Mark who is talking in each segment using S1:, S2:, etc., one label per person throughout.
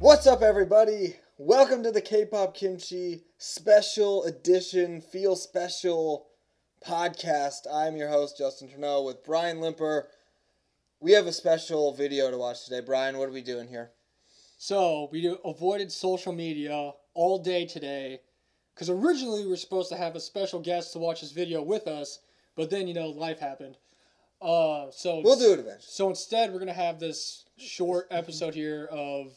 S1: What's up, everybody? Welcome to the K-pop Kimchi Special Edition Feel Special podcast. I'm your host Justin Trudeau with Brian Limper. We have a special video to watch today. Brian, what are we doing here?
S2: So we avoided social media all day today because originally we were supposed to have a special guest to watch this video with us, but then you know life happened. Uh, so
S1: We'll do it eventually.
S2: So instead, we're gonna have this short episode here of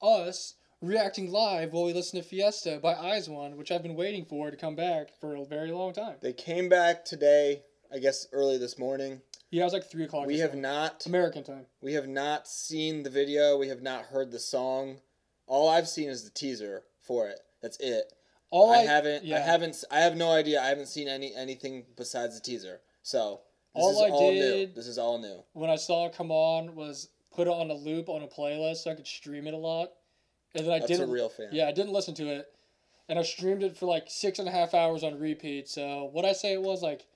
S2: us reacting live while we listen to Fiesta by Eyes One, which I've been waiting for to come back for a very long time.
S1: They came back today, I guess early this morning.
S2: Yeah, it was like three o'clock.
S1: We
S2: this
S1: have
S2: morning.
S1: not
S2: American time.
S1: we have not seen the video. We have not heard the song. All I've seen is the teaser for it. That's it.
S2: All
S1: I haven't.
S2: yeah.
S1: I haven't. s- I have no idea. I haven't seen any anything besides the teaser. So this
S2: All
S1: is
S2: I
S1: all new.
S2: did-
S1: This is all new.
S2: when I saw it come on was put it on a loop on a playlist so I could stream it a lot. And then I
S1: That's a
S2: didn't
S1: real fan.
S2: Yeah, I didn't listen to it. And I streamed it for like six and a half hours on repeat. So what I say it was like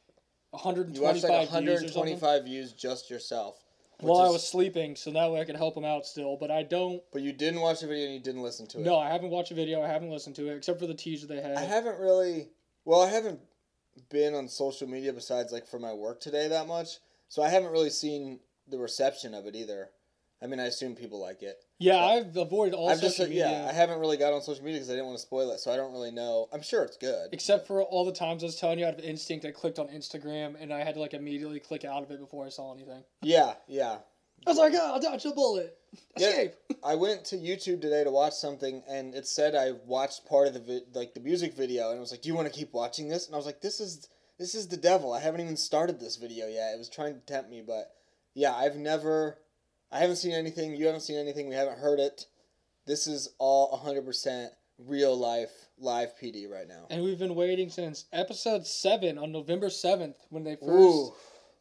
S1: You watched
S2: 125
S1: like
S2: views or something.
S1: 125 views just yourself. which
S2: While I
S1: is-
S2: was sleeping, so that way I could help him out still. But I don't.
S1: But you didn't watch the video and you didn't listen to it.
S2: No, I haven't watched a video. I haven't listened to it except for the teaser they had.
S1: I haven't really. Well, I haven't been on social media besides like for my work today that much. So I haven't really seen the reception of it either. I mean, I assume people like it.
S2: yeah, I've avoided all
S1: I've just
S2: social media
S1: yeah, I haven't really got on social media because I didn't want to spoil it. So I don't really know. I'm sure it's good.
S2: except for all the times I was telling you out of instinct I clicked on Instagram and I had to like immediately click out of it before I saw anything.
S1: Yeah, yeah.
S2: I was like, oh, I'll dodge a bullet.
S1: Yeah.
S2: Escape.
S1: I went to YouTube today to watch something, and it said I watched part of the vi- like the music video, and it was like, "Do you want to keep watching this?" And I was like, "This is this is the devil. I haven't even started this video yet. It was trying to tempt me, but yeah, I've never, I haven't seen anything. You haven't seen anything. We haven't heard it. This is all hundred percent real life live PD right now.
S2: And we've been waiting since episode seven on November seventh when they first
S1: Ooh,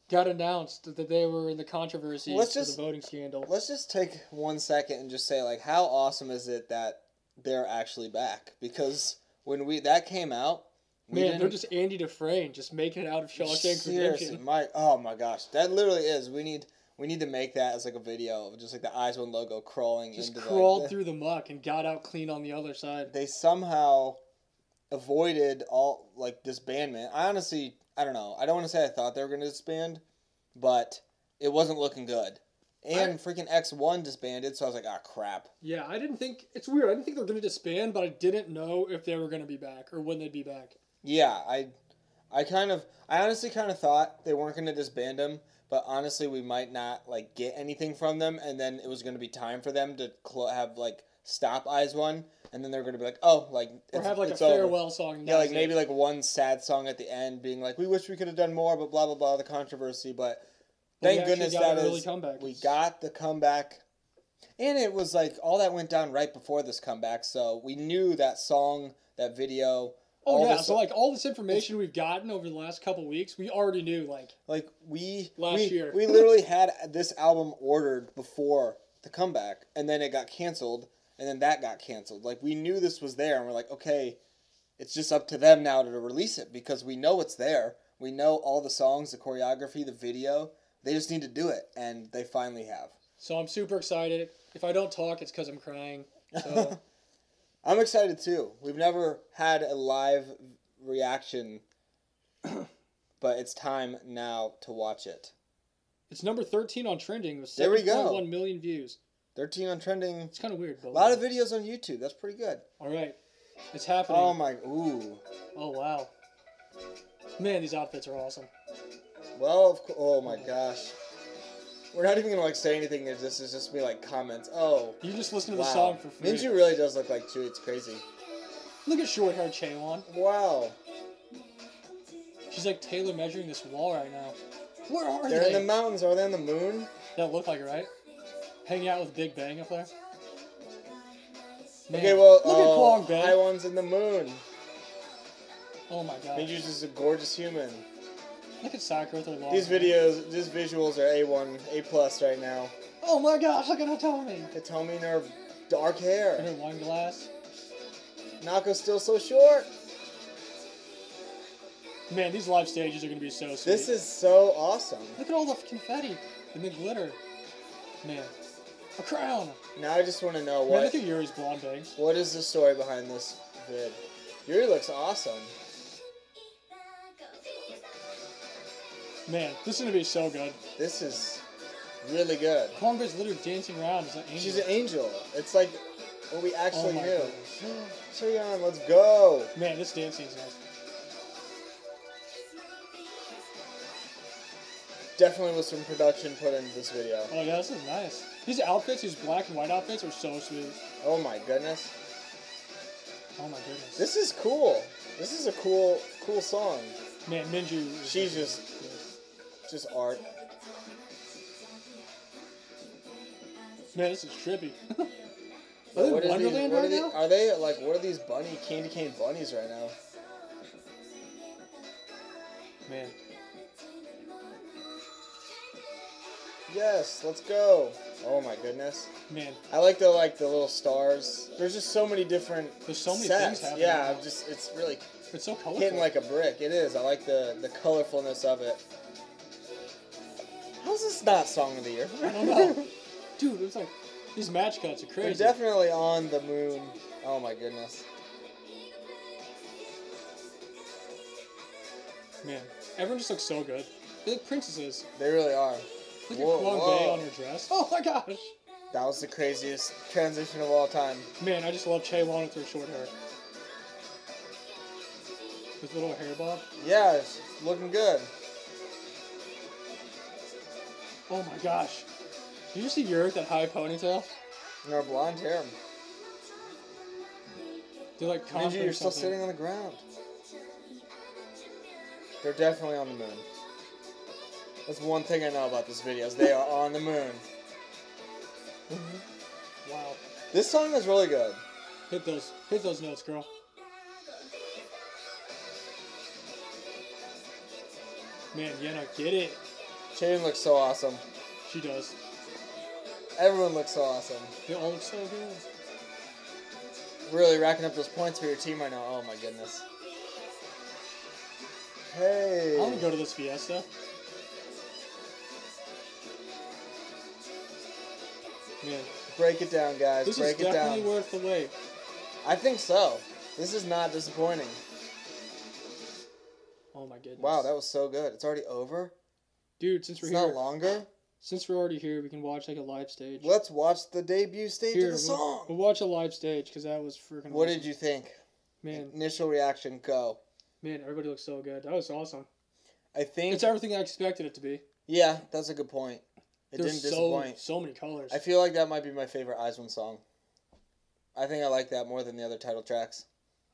S2: got announced that they were in the controversy
S1: Let's
S2: for
S1: just-
S2: the voting scandal.
S1: let's just take one second and just say like, how awesome is it that they're actually back? Because when we that came out. we
S2: Man, they're
S1: didn't-
S2: just Andy Dufresne just making it out of Shawshank
S1: Seriously,
S2: Redemption.
S1: my oh my gosh, that literally is. We need we need to make that as like a video of just like the eyes one logo crawling
S2: Just
S1: into like,
S2: crawled
S1: the-
S2: through the muck and got out clean on the other side.
S1: They somehow avoided all like disbandment. I honestly, I don't know. I don't want to say I thought they were going to disband, but it wasn't looking good. And freaking X One disbanded, so I was like, ah, crap.
S2: Yeah, I didn't think it's weird. I didn't think they were gonna disband, but I didn't know if they were gonna be back or when they'd be back.
S1: Yeah, I, I kind of, I honestly kind of thought they weren't going to disband them, but honestly, we might not like get anything from them, and then it was going to be time for them to cl- have like stop eyes one, and then they're going to be like, oh, like
S2: Or have like a
S1: it's over.
S2: farewell song. and
S1: Yeah, like
S2: that's it.
S1: maybe like one sad song at the end, being like, we wish we could have done more, but blah blah blah, the controversy, but.
S2: But we
S1: Thank
S2: actually
S1: goodness
S2: got
S1: that
S2: an early
S1: is-
S2: comeback.
S1: we
S2: It's-
S1: got the comeback, and it was like all that went down right before this comeback, so we knew that song, that video, all
S2: Oh yeah,
S1: this-
S2: so like all this information we've gotten over the last couple weeks, we already knew like
S1: Like we
S2: Last
S1: we,
S2: year.
S1: we literally had this album ordered before the comeback, and then it got canceled, and then that got canceled. Like we knew this was there, and we're like, okay, it's just up to them now to release it because we know it's there. We know all the songs, the choreography, the video. They just need to do it, and they finally have.
S2: So I'm super excited. If I don't talk, it's because I'm crying. So
S1: I'm excited too. We've never had a live reaction, but it's time now to watch it.
S2: it's number 13 on trending with
S1: There we go.
S2: 7.1 million views.
S1: 13 on trending.
S2: It's kind of weird,
S1: A
S2: but
S1: lot of videos on YouTube. That's pretty good.
S2: all right, it's happening.
S1: Oh
S2: Oh,
S1: my! Ooh.
S2: wow, man, these outfits are awesome.
S1: Well, of course. Oh my gosh. We're not even gonna like say anything. There's this is just be like comments. Oh.
S2: You just listen to the
S1: wow.
S2: song for free.
S1: Minju really does look like Chewie. It's crazy.
S2: Look at short hair Chaewon.
S1: Wow.
S2: She's like Taylor measuring this wall right now. Where are
S1: They're
S2: they?
S1: in the mountains. Are they on the moon?
S2: that look like it, right? Hanging out with Big Bang up there. Man,
S1: Okay. Well.
S2: look
S1: oh,
S2: at Kwang Bae.
S1: Taiwan's in the moon.
S2: oh my god.
S1: Minju's just a gorgeous human.
S2: Look at Sakura with her long
S1: These
S2: hair.
S1: videos, these visuals are a one, a plus right now.
S2: Oh my gosh, look at Hatomi.
S1: Hitomi in her dark
S2: And her
S1: hair.
S2: wine glass. Mm-hmm.
S1: Nako's still so short.
S2: Man, these live stages are gonna be so sweet.
S1: This is so awesome.
S2: Look at all the confetti and the glitter. Man, A crown.
S1: Now I just want to know
S2: Man,
S1: what
S2: look at Yuri's blonde bangs.
S1: what is the story behind this vid. Yuri looks awesome.
S2: Man, this is gonna be so good.
S1: This is really good.
S2: Cornbread's literally dancing around. Is that
S1: She's an angel. It's like what we
S2: Oh
S1: actually
S2: my
S1: knew.
S2: goodness.
S1: Cheon, let's go.
S2: Man, this dancing is nice.
S1: Definitely was some production put into this video.
S2: Oh yeah, this is nice. These outfits, these black and white outfits, are so sweet.
S1: Oh my goodness.
S2: Oh my goodness.
S1: This is cool. This is a cool cool song.
S2: Man, Minju. is-
S1: She's just just art.
S2: Man, this is trippy. are
S1: But
S2: they
S1: what
S2: in
S1: is these-
S2: Wonderland
S1: what are
S2: right
S1: they-
S2: now?
S1: Are they like what are these bunny candy cane bunnies right now?
S2: Man,
S1: Yes, let's go. Oh my goodness.
S2: man,
S1: I like the like the little stars. There's just so many different
S2: There's so many
S1: sets.
S2: things happening
S1: Yeah,
S2: right
S1: I'm just it's really
S2: it's so colorful.
S1: hitting like a brick. It is. I like the the colorfulness of it. How's this not song of the year?
S2: I don't know. Dude, it's like these match cuts are
S1: We're
S2: crazy.
S1: definitely on the moon. Oh my goodness.
S2: Man, everyone just looks so good. They look princesses.
S1: They really are.
S2: Look
S1: Whoa,
S2: at Kwon Bae
S1: whoa.
S2: on her dress. Oh my gosh.
S1: That was the craziest transition of all time.
S2: Man, I just love Chae Won with her short hair. With little hair bob.
S1: Yeah, it's looking good.
S2: Oh my gosh. Did you see Yuri with that high ponytail?
S1: And our blonde hair.
S2: They're like
S1: Mind you,
S2: conjuring
S1: you're still
S2: something.
S1: sitting on the ground. They're definitely on the moon. That's one thing I know about this video is they are on the moon.
S2: Wow.
S1: This song is really good.
S2: Hit those hit those notes, girl. Man, Yena, get it.
S1: Shaden looks so awesome.
S2: She does.
S1: Everyone looks so awesome.
S2: They all look so good.
S1: Really racking up those points for your team right now. Oh my goodness. Hey.
S2: I want to go to this fiesta. Man,
S1: Break it down, guys.
S2: this is
S1: Break it
S2: definitely
S1: down.
S2: worth the wait.
S1: I think so. This is not disappointing.
S2: Oh my goodness.
S1: Wow, that was so good. It's already over.
S2: dude, since we're
S1: It's
S2: here,
S1: not longer.
S2: since we're already here, we can watch like a live stage.
S1: Let's watch the debut stage
S2: Here,
S1: of the
S2: we'll- We'll
S1: song.
S2: watch a live stage because that was freaking.
S1: What
S2: awesome.
S1: did you think?
S2: Man,
S1: Initial reaction. Go.
S2: man, everybody looks so good. That was awesome.
S1: I think.
S2: It's everything I expected it to be.
S1: yeah, that's a good point. It
S2: There's
S1: didn't
S2: so
S1: disappoint.
S2: so many colors.
S1: I feel like that might be my favorite One song. I think I like that more than the other title tracks.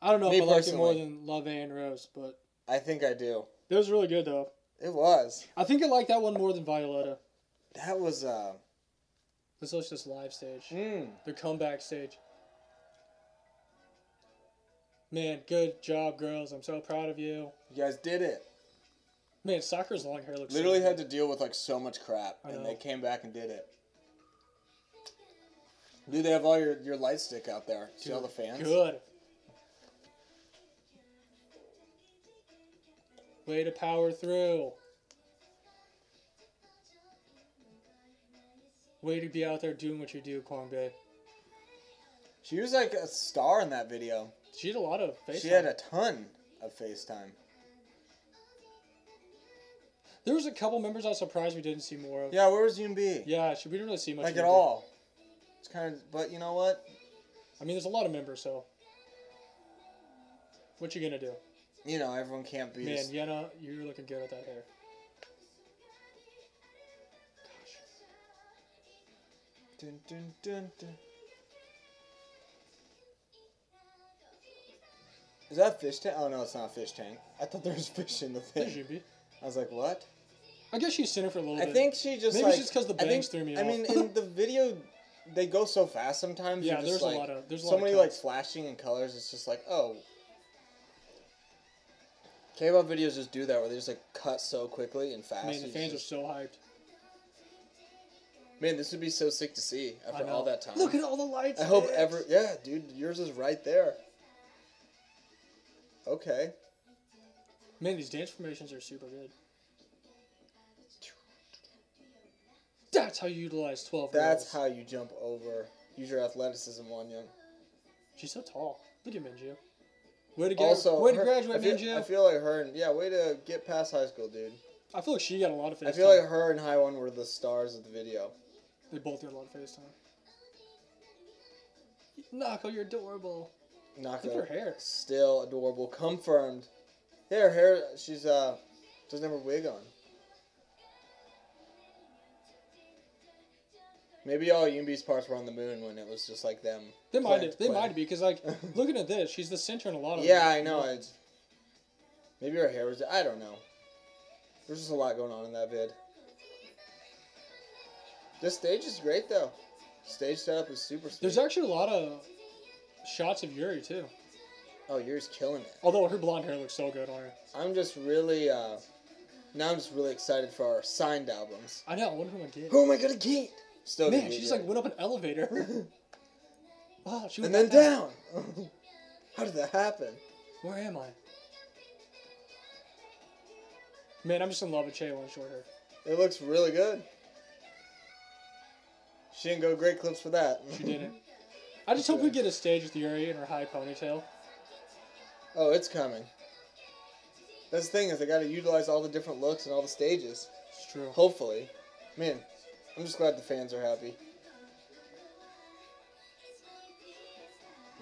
S2: I don't know
S1: me
S2: if I liked it
S1: personally.
S2: more than Love and Rose, but
S1: I think I do.
S2: that was really good though.
S1: It was.
S2: I think I like that one more than Violetta.
S1: That was uh.
S2: This was just live stage.
S1: Mm,
S2: The comeback stage. Man, good job, girls. I'm so proud of you.
S1: you guys did it.
S2: Man, soccer's long hair looks.
S1: Literally
S2: so
S1: had to
S2: good.
S1: deal with like so much crap,
S2: I
S1: and
S2: know.
S1: they came back and did it. Dude, they have all your your light stick out there. See all the fans.
S2: Good. Way to power through. Way to be out there doing what you do, Kwang Bae.
S1: She was like a star in that video.
S2: She had a lot of face.
S1: She had a ton of FaceTime.
S2: There was a couple members I was surprised we didn't see more of.
S1: Yeah, where was UMB?
S2: Yeah, she, we didn't really see much.
S1: like
S2: of
S1: at
S2: her.
S1: all. It's kind of, but you know what?
S2: I mean, there's a lot of members, so what you gonna do?
S1: You know, everyone can't be.
S2: Man,
S1: this-
S2: Yenna, you're looking good with that hair. Gosh.
S1: Dun, dun, dun, dun. Is that a fish tank? Oh no, it's not a fish tank. I thought there was fish in the
S2: There's
S1: thing.
S2: Yubi.
S1: I was like, what?
S2: I guess she's center for a little
S1: I
S2: bit.
S1: think she just
S2: Maybe
S1: like.
S2: it's just 'cause the
S1: I think-
S2: bangs threw me
S1: I
S2: off.
S1: mean, in the video, they go so fast sometimes.
S2: Yeah,
S1: you're just
S2: there's a
S1: like-
S2: lot of- there's a
S1: so
S2: lot of
S1: many like
S2: cuts.
S1: flashing and colors. It's just like oh. K-pop videos just do that where they just like cut so quickly and fast.
S2: Man, the
S1: It's
S2: fans are
S1: just-
S2: so hyped.
S1: man, this would be so sick to see
S2: I
S1: after
S2: know.
S1: all that time.
S2: Look at all the lights.
S1: I hope
S2: sticks.
S1: ever. Yeah, dude, yours is right there. Okay.
S2: Man, these dance formations are super good. That's how you utilize 12
S1: That's
S2: girls.
S1: how you jump over. Use your athleticism, one young.
S2: She's so tall. Look at Minju. Way to, get,
S1: Also,
S2: way to
S1: her-
S2: graduate,
S1: I feel,
S2: Minju.
S1: I feel like her and yeah, way to get past high school, dude.
S2: I feel like she got a lot of FaceTime.
S1: I feel like her and High One were the stars of the video.
S2: they both got a lot of FaceTime. Nako, you're adorable. Look at her
S1: Nako,
S2: hair.
S1: still adorable, confirmed. Yeah, her hair. She's uh, doesn't have her wig on. Maybe all Yumbi's parts were on the moon when it was just like them.
S2: They might
S1: playing-
S2: they
S1: playing.
S2: might be because like looking at this, she's the center in a lot of
S1: Yeah,
S2: them.
S1: I know. It's, maybe her hair was. I don't know. There's just a lot going on in that vid. This stage is great though. Stage setup is super sweet.
S2: There's actually a lot of shots of Yuri too.
S1: oh, you're just killing it.
S2: Although her blonde hair looks so good on her.
S1: I'm just really. uh Now I'm just really excited for our signed albums.
S2: I know. I wonder who I get.
S1: Who am I gonna get? Still.
S2: Man,
S1: gonna get
S2: she just
S1: you.
S2: like went up an elevator. wow, she went
S1: and then
S2: that high.
S1: down. How did that happen?
S2: Where am I? Man, I'm just in love with Chaewon and short hair.
S1: It looks really good. She didn't go great clips for that.
S2: She didn't. I just hope we get a stage with Yuri and her high ponytail.
S1: Oh, it's coming. That's the thing is they got to utilize all the different looks and all the stages.
S2: It's true.
S1: Hopefully, man, I'm just glad the fans are happy.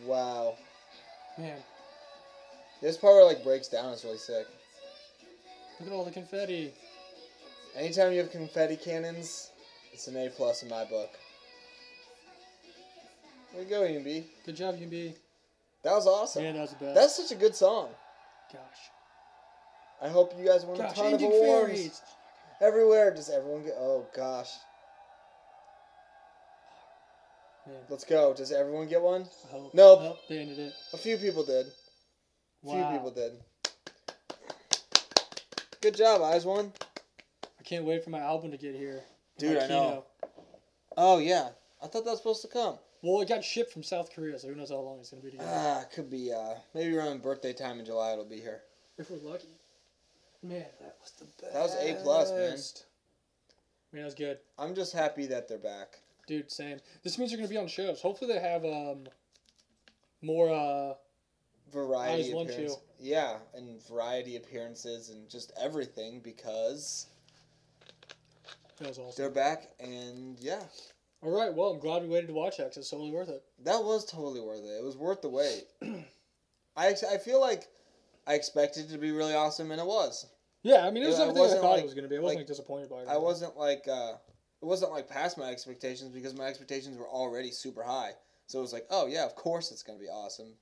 S1: Wow,
S2: Man,
S1: this part where it, like breaks down is really sick.
S2: look at all the confetti.
S1: Anytime you have confetti cannons, it's an A plus in my book. There you go, EMB.
S2: Good job, UB.
S1: That was awesome.
S2: Man, that was the best.
S1: That's such a good song.
S2: gosh.
S1: I hope you guys won a
S2: Gosh,
S1: ton of
S2: ending
S1: awards.
S2: fairies.
S1: Everywhere, does everyone get? Oh gosh,
S2: Man,
S1: let's go. Does everyone get one?
S2: I hope.
S1: Nope.
S2: Oh, they ended it.
S1: A few people did. A
S2: Wow.
S1: few people did. Good job, Eyes One.
S2: I can't wait for my album to get here.
S1: Dude,
S2: My
S1: I know. Oh yeah, I thought that was supposed to come.
S2: Well, it got shipped from South Korea, so who knows how long it's gonna be together.
S1: Ah, it could be uh maybe around birthday time in July it'll be here.
S2: if we're lucky. Man, that was the best.
S1: That was A plus, man.
S2: Man, that was good,
S1: I'm just happy that they're back.
S2: dude. Same. This means they're gonna be on shows. Hopefully, they have um more. uh
S1: Variety
S2: Eyes One
S1: appearances.
S2: too.
S1: Yeah, and variety appearances and just everything because
S2: That was awesome.
S1: they're back and yeah.
S2: All right. Well, I'm glad we waited to watch that. 'cause it's totally worth it.
S1: That was totally worth it. It was worth the wait. I ex- I feel like I expected it to be really awesome and it was.
S2: Yeah, I mean, it was
S1: Yeah, I
S2: everything I,
S1: wasn't,
S2: thought
S1: like-
S2: it was gonna be. I wasn't
S1: like,
S2: like, disappointed by it. or
S1: I
S2: anything.
S1: wasn't like uh, it wasn't like past my expectations because my expectations were already super high. So it was like, oh yeah, of course it's gonna be awesome.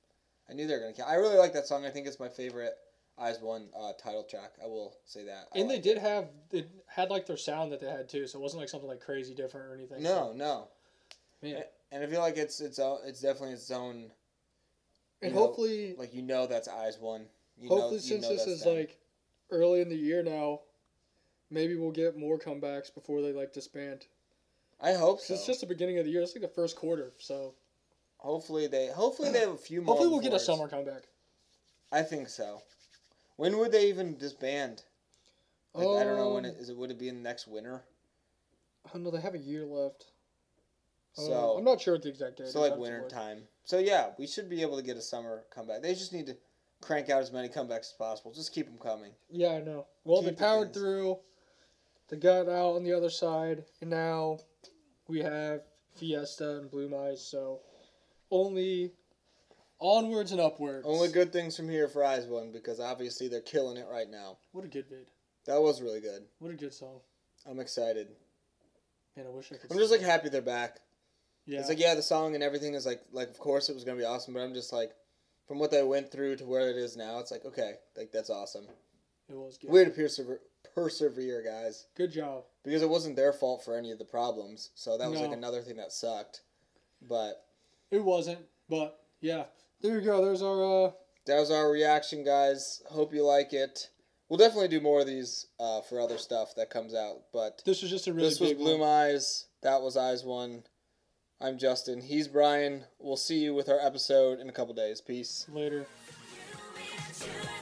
S1: I knew they were gonna. Kill. I really like that song. I think it's my favorite Eyes One uh, title track. I will say that. I
S2: And they
S1: like
S2: did have it had like their sound that they had too, so it wasn't like something like crazy different or anything.
S1: it. No, no.
S2: So, man.
S1: And I feel like it's it's o- it's definitely its own.
S2: And
S1: know,
S2: hopefully,
S1: Like you know, that's Eyes One. You know- you
S2: hopefully since
S1: know
S2: this
S1: that's
S2: is
S1: them.
S2: like early in the year now, maybe we'll get more comebacks before they like disband.
S1: I hope so.
S2: 'Cause It's just the beginning of the year. It's like the first quarter, so
S1: Hopefully they hopefully they have a few more.
S2: hopefully we'll get a
S1: before it's-
S2: summer comeback.
S1: I think so. When would they even disband? Like, I don't know when it is. It would it be in the next winter?
S2: Um, I don't know. They have a year left. So
S1: So
S2: I'm not sure what the exact date.
S1: so
S2: is. I
S1: like
S2: have to
S1: winter
S2: look.
S1: time. So yeah, we should be able to get a summer comeback. They just need to crank out as many comebacks as possible. Just keep them coming.
S2: Yeah, I know. Well, they
S1: Keep the
S2: powered
S1: fans.
S2: through. They got out on the other side, and now we have Fiesta and Blue Eyes. So only onwards and upwards.
S1: Only good things from here for Eyes One because obviously they're killing it right now.
S2: What a good vid.
S1: That was really good.
S2: What a good song.
S1: I'm excited.
S2: Man, I wish I could.
S1: I'm
S2: sing
S1: just like
S2: it.
S1: happy they're back.
S2: yeah.
S1: It's like yeah, the song and everything is like like of course it was gonna be awesome, but I'm just like from what they went through to where it is now, it's like okay, like that's awesome.
S2: it was good.
S1: We had to persever- persevere, guys,
S2: Good job.
S1: because it wasn't their fault for any of the problems. So that was
S2: No.
S1: like another thing that sucked. But
S2: It wasn't, but yeah. There you go. There's our. uh
S1: that was our reaction, guys. Hope you like it. We'll definitely do more of these uh, for other stuff that comes out. But
S2: This was just a really
S1: this was
S2: big
S1: Bloom
S2: one.
S1: Eyes. That was Eyes One. I'm Justin. He's Brian. We'll see you with our episode in a couple days. Peace.
S2: Later.
S3: You and you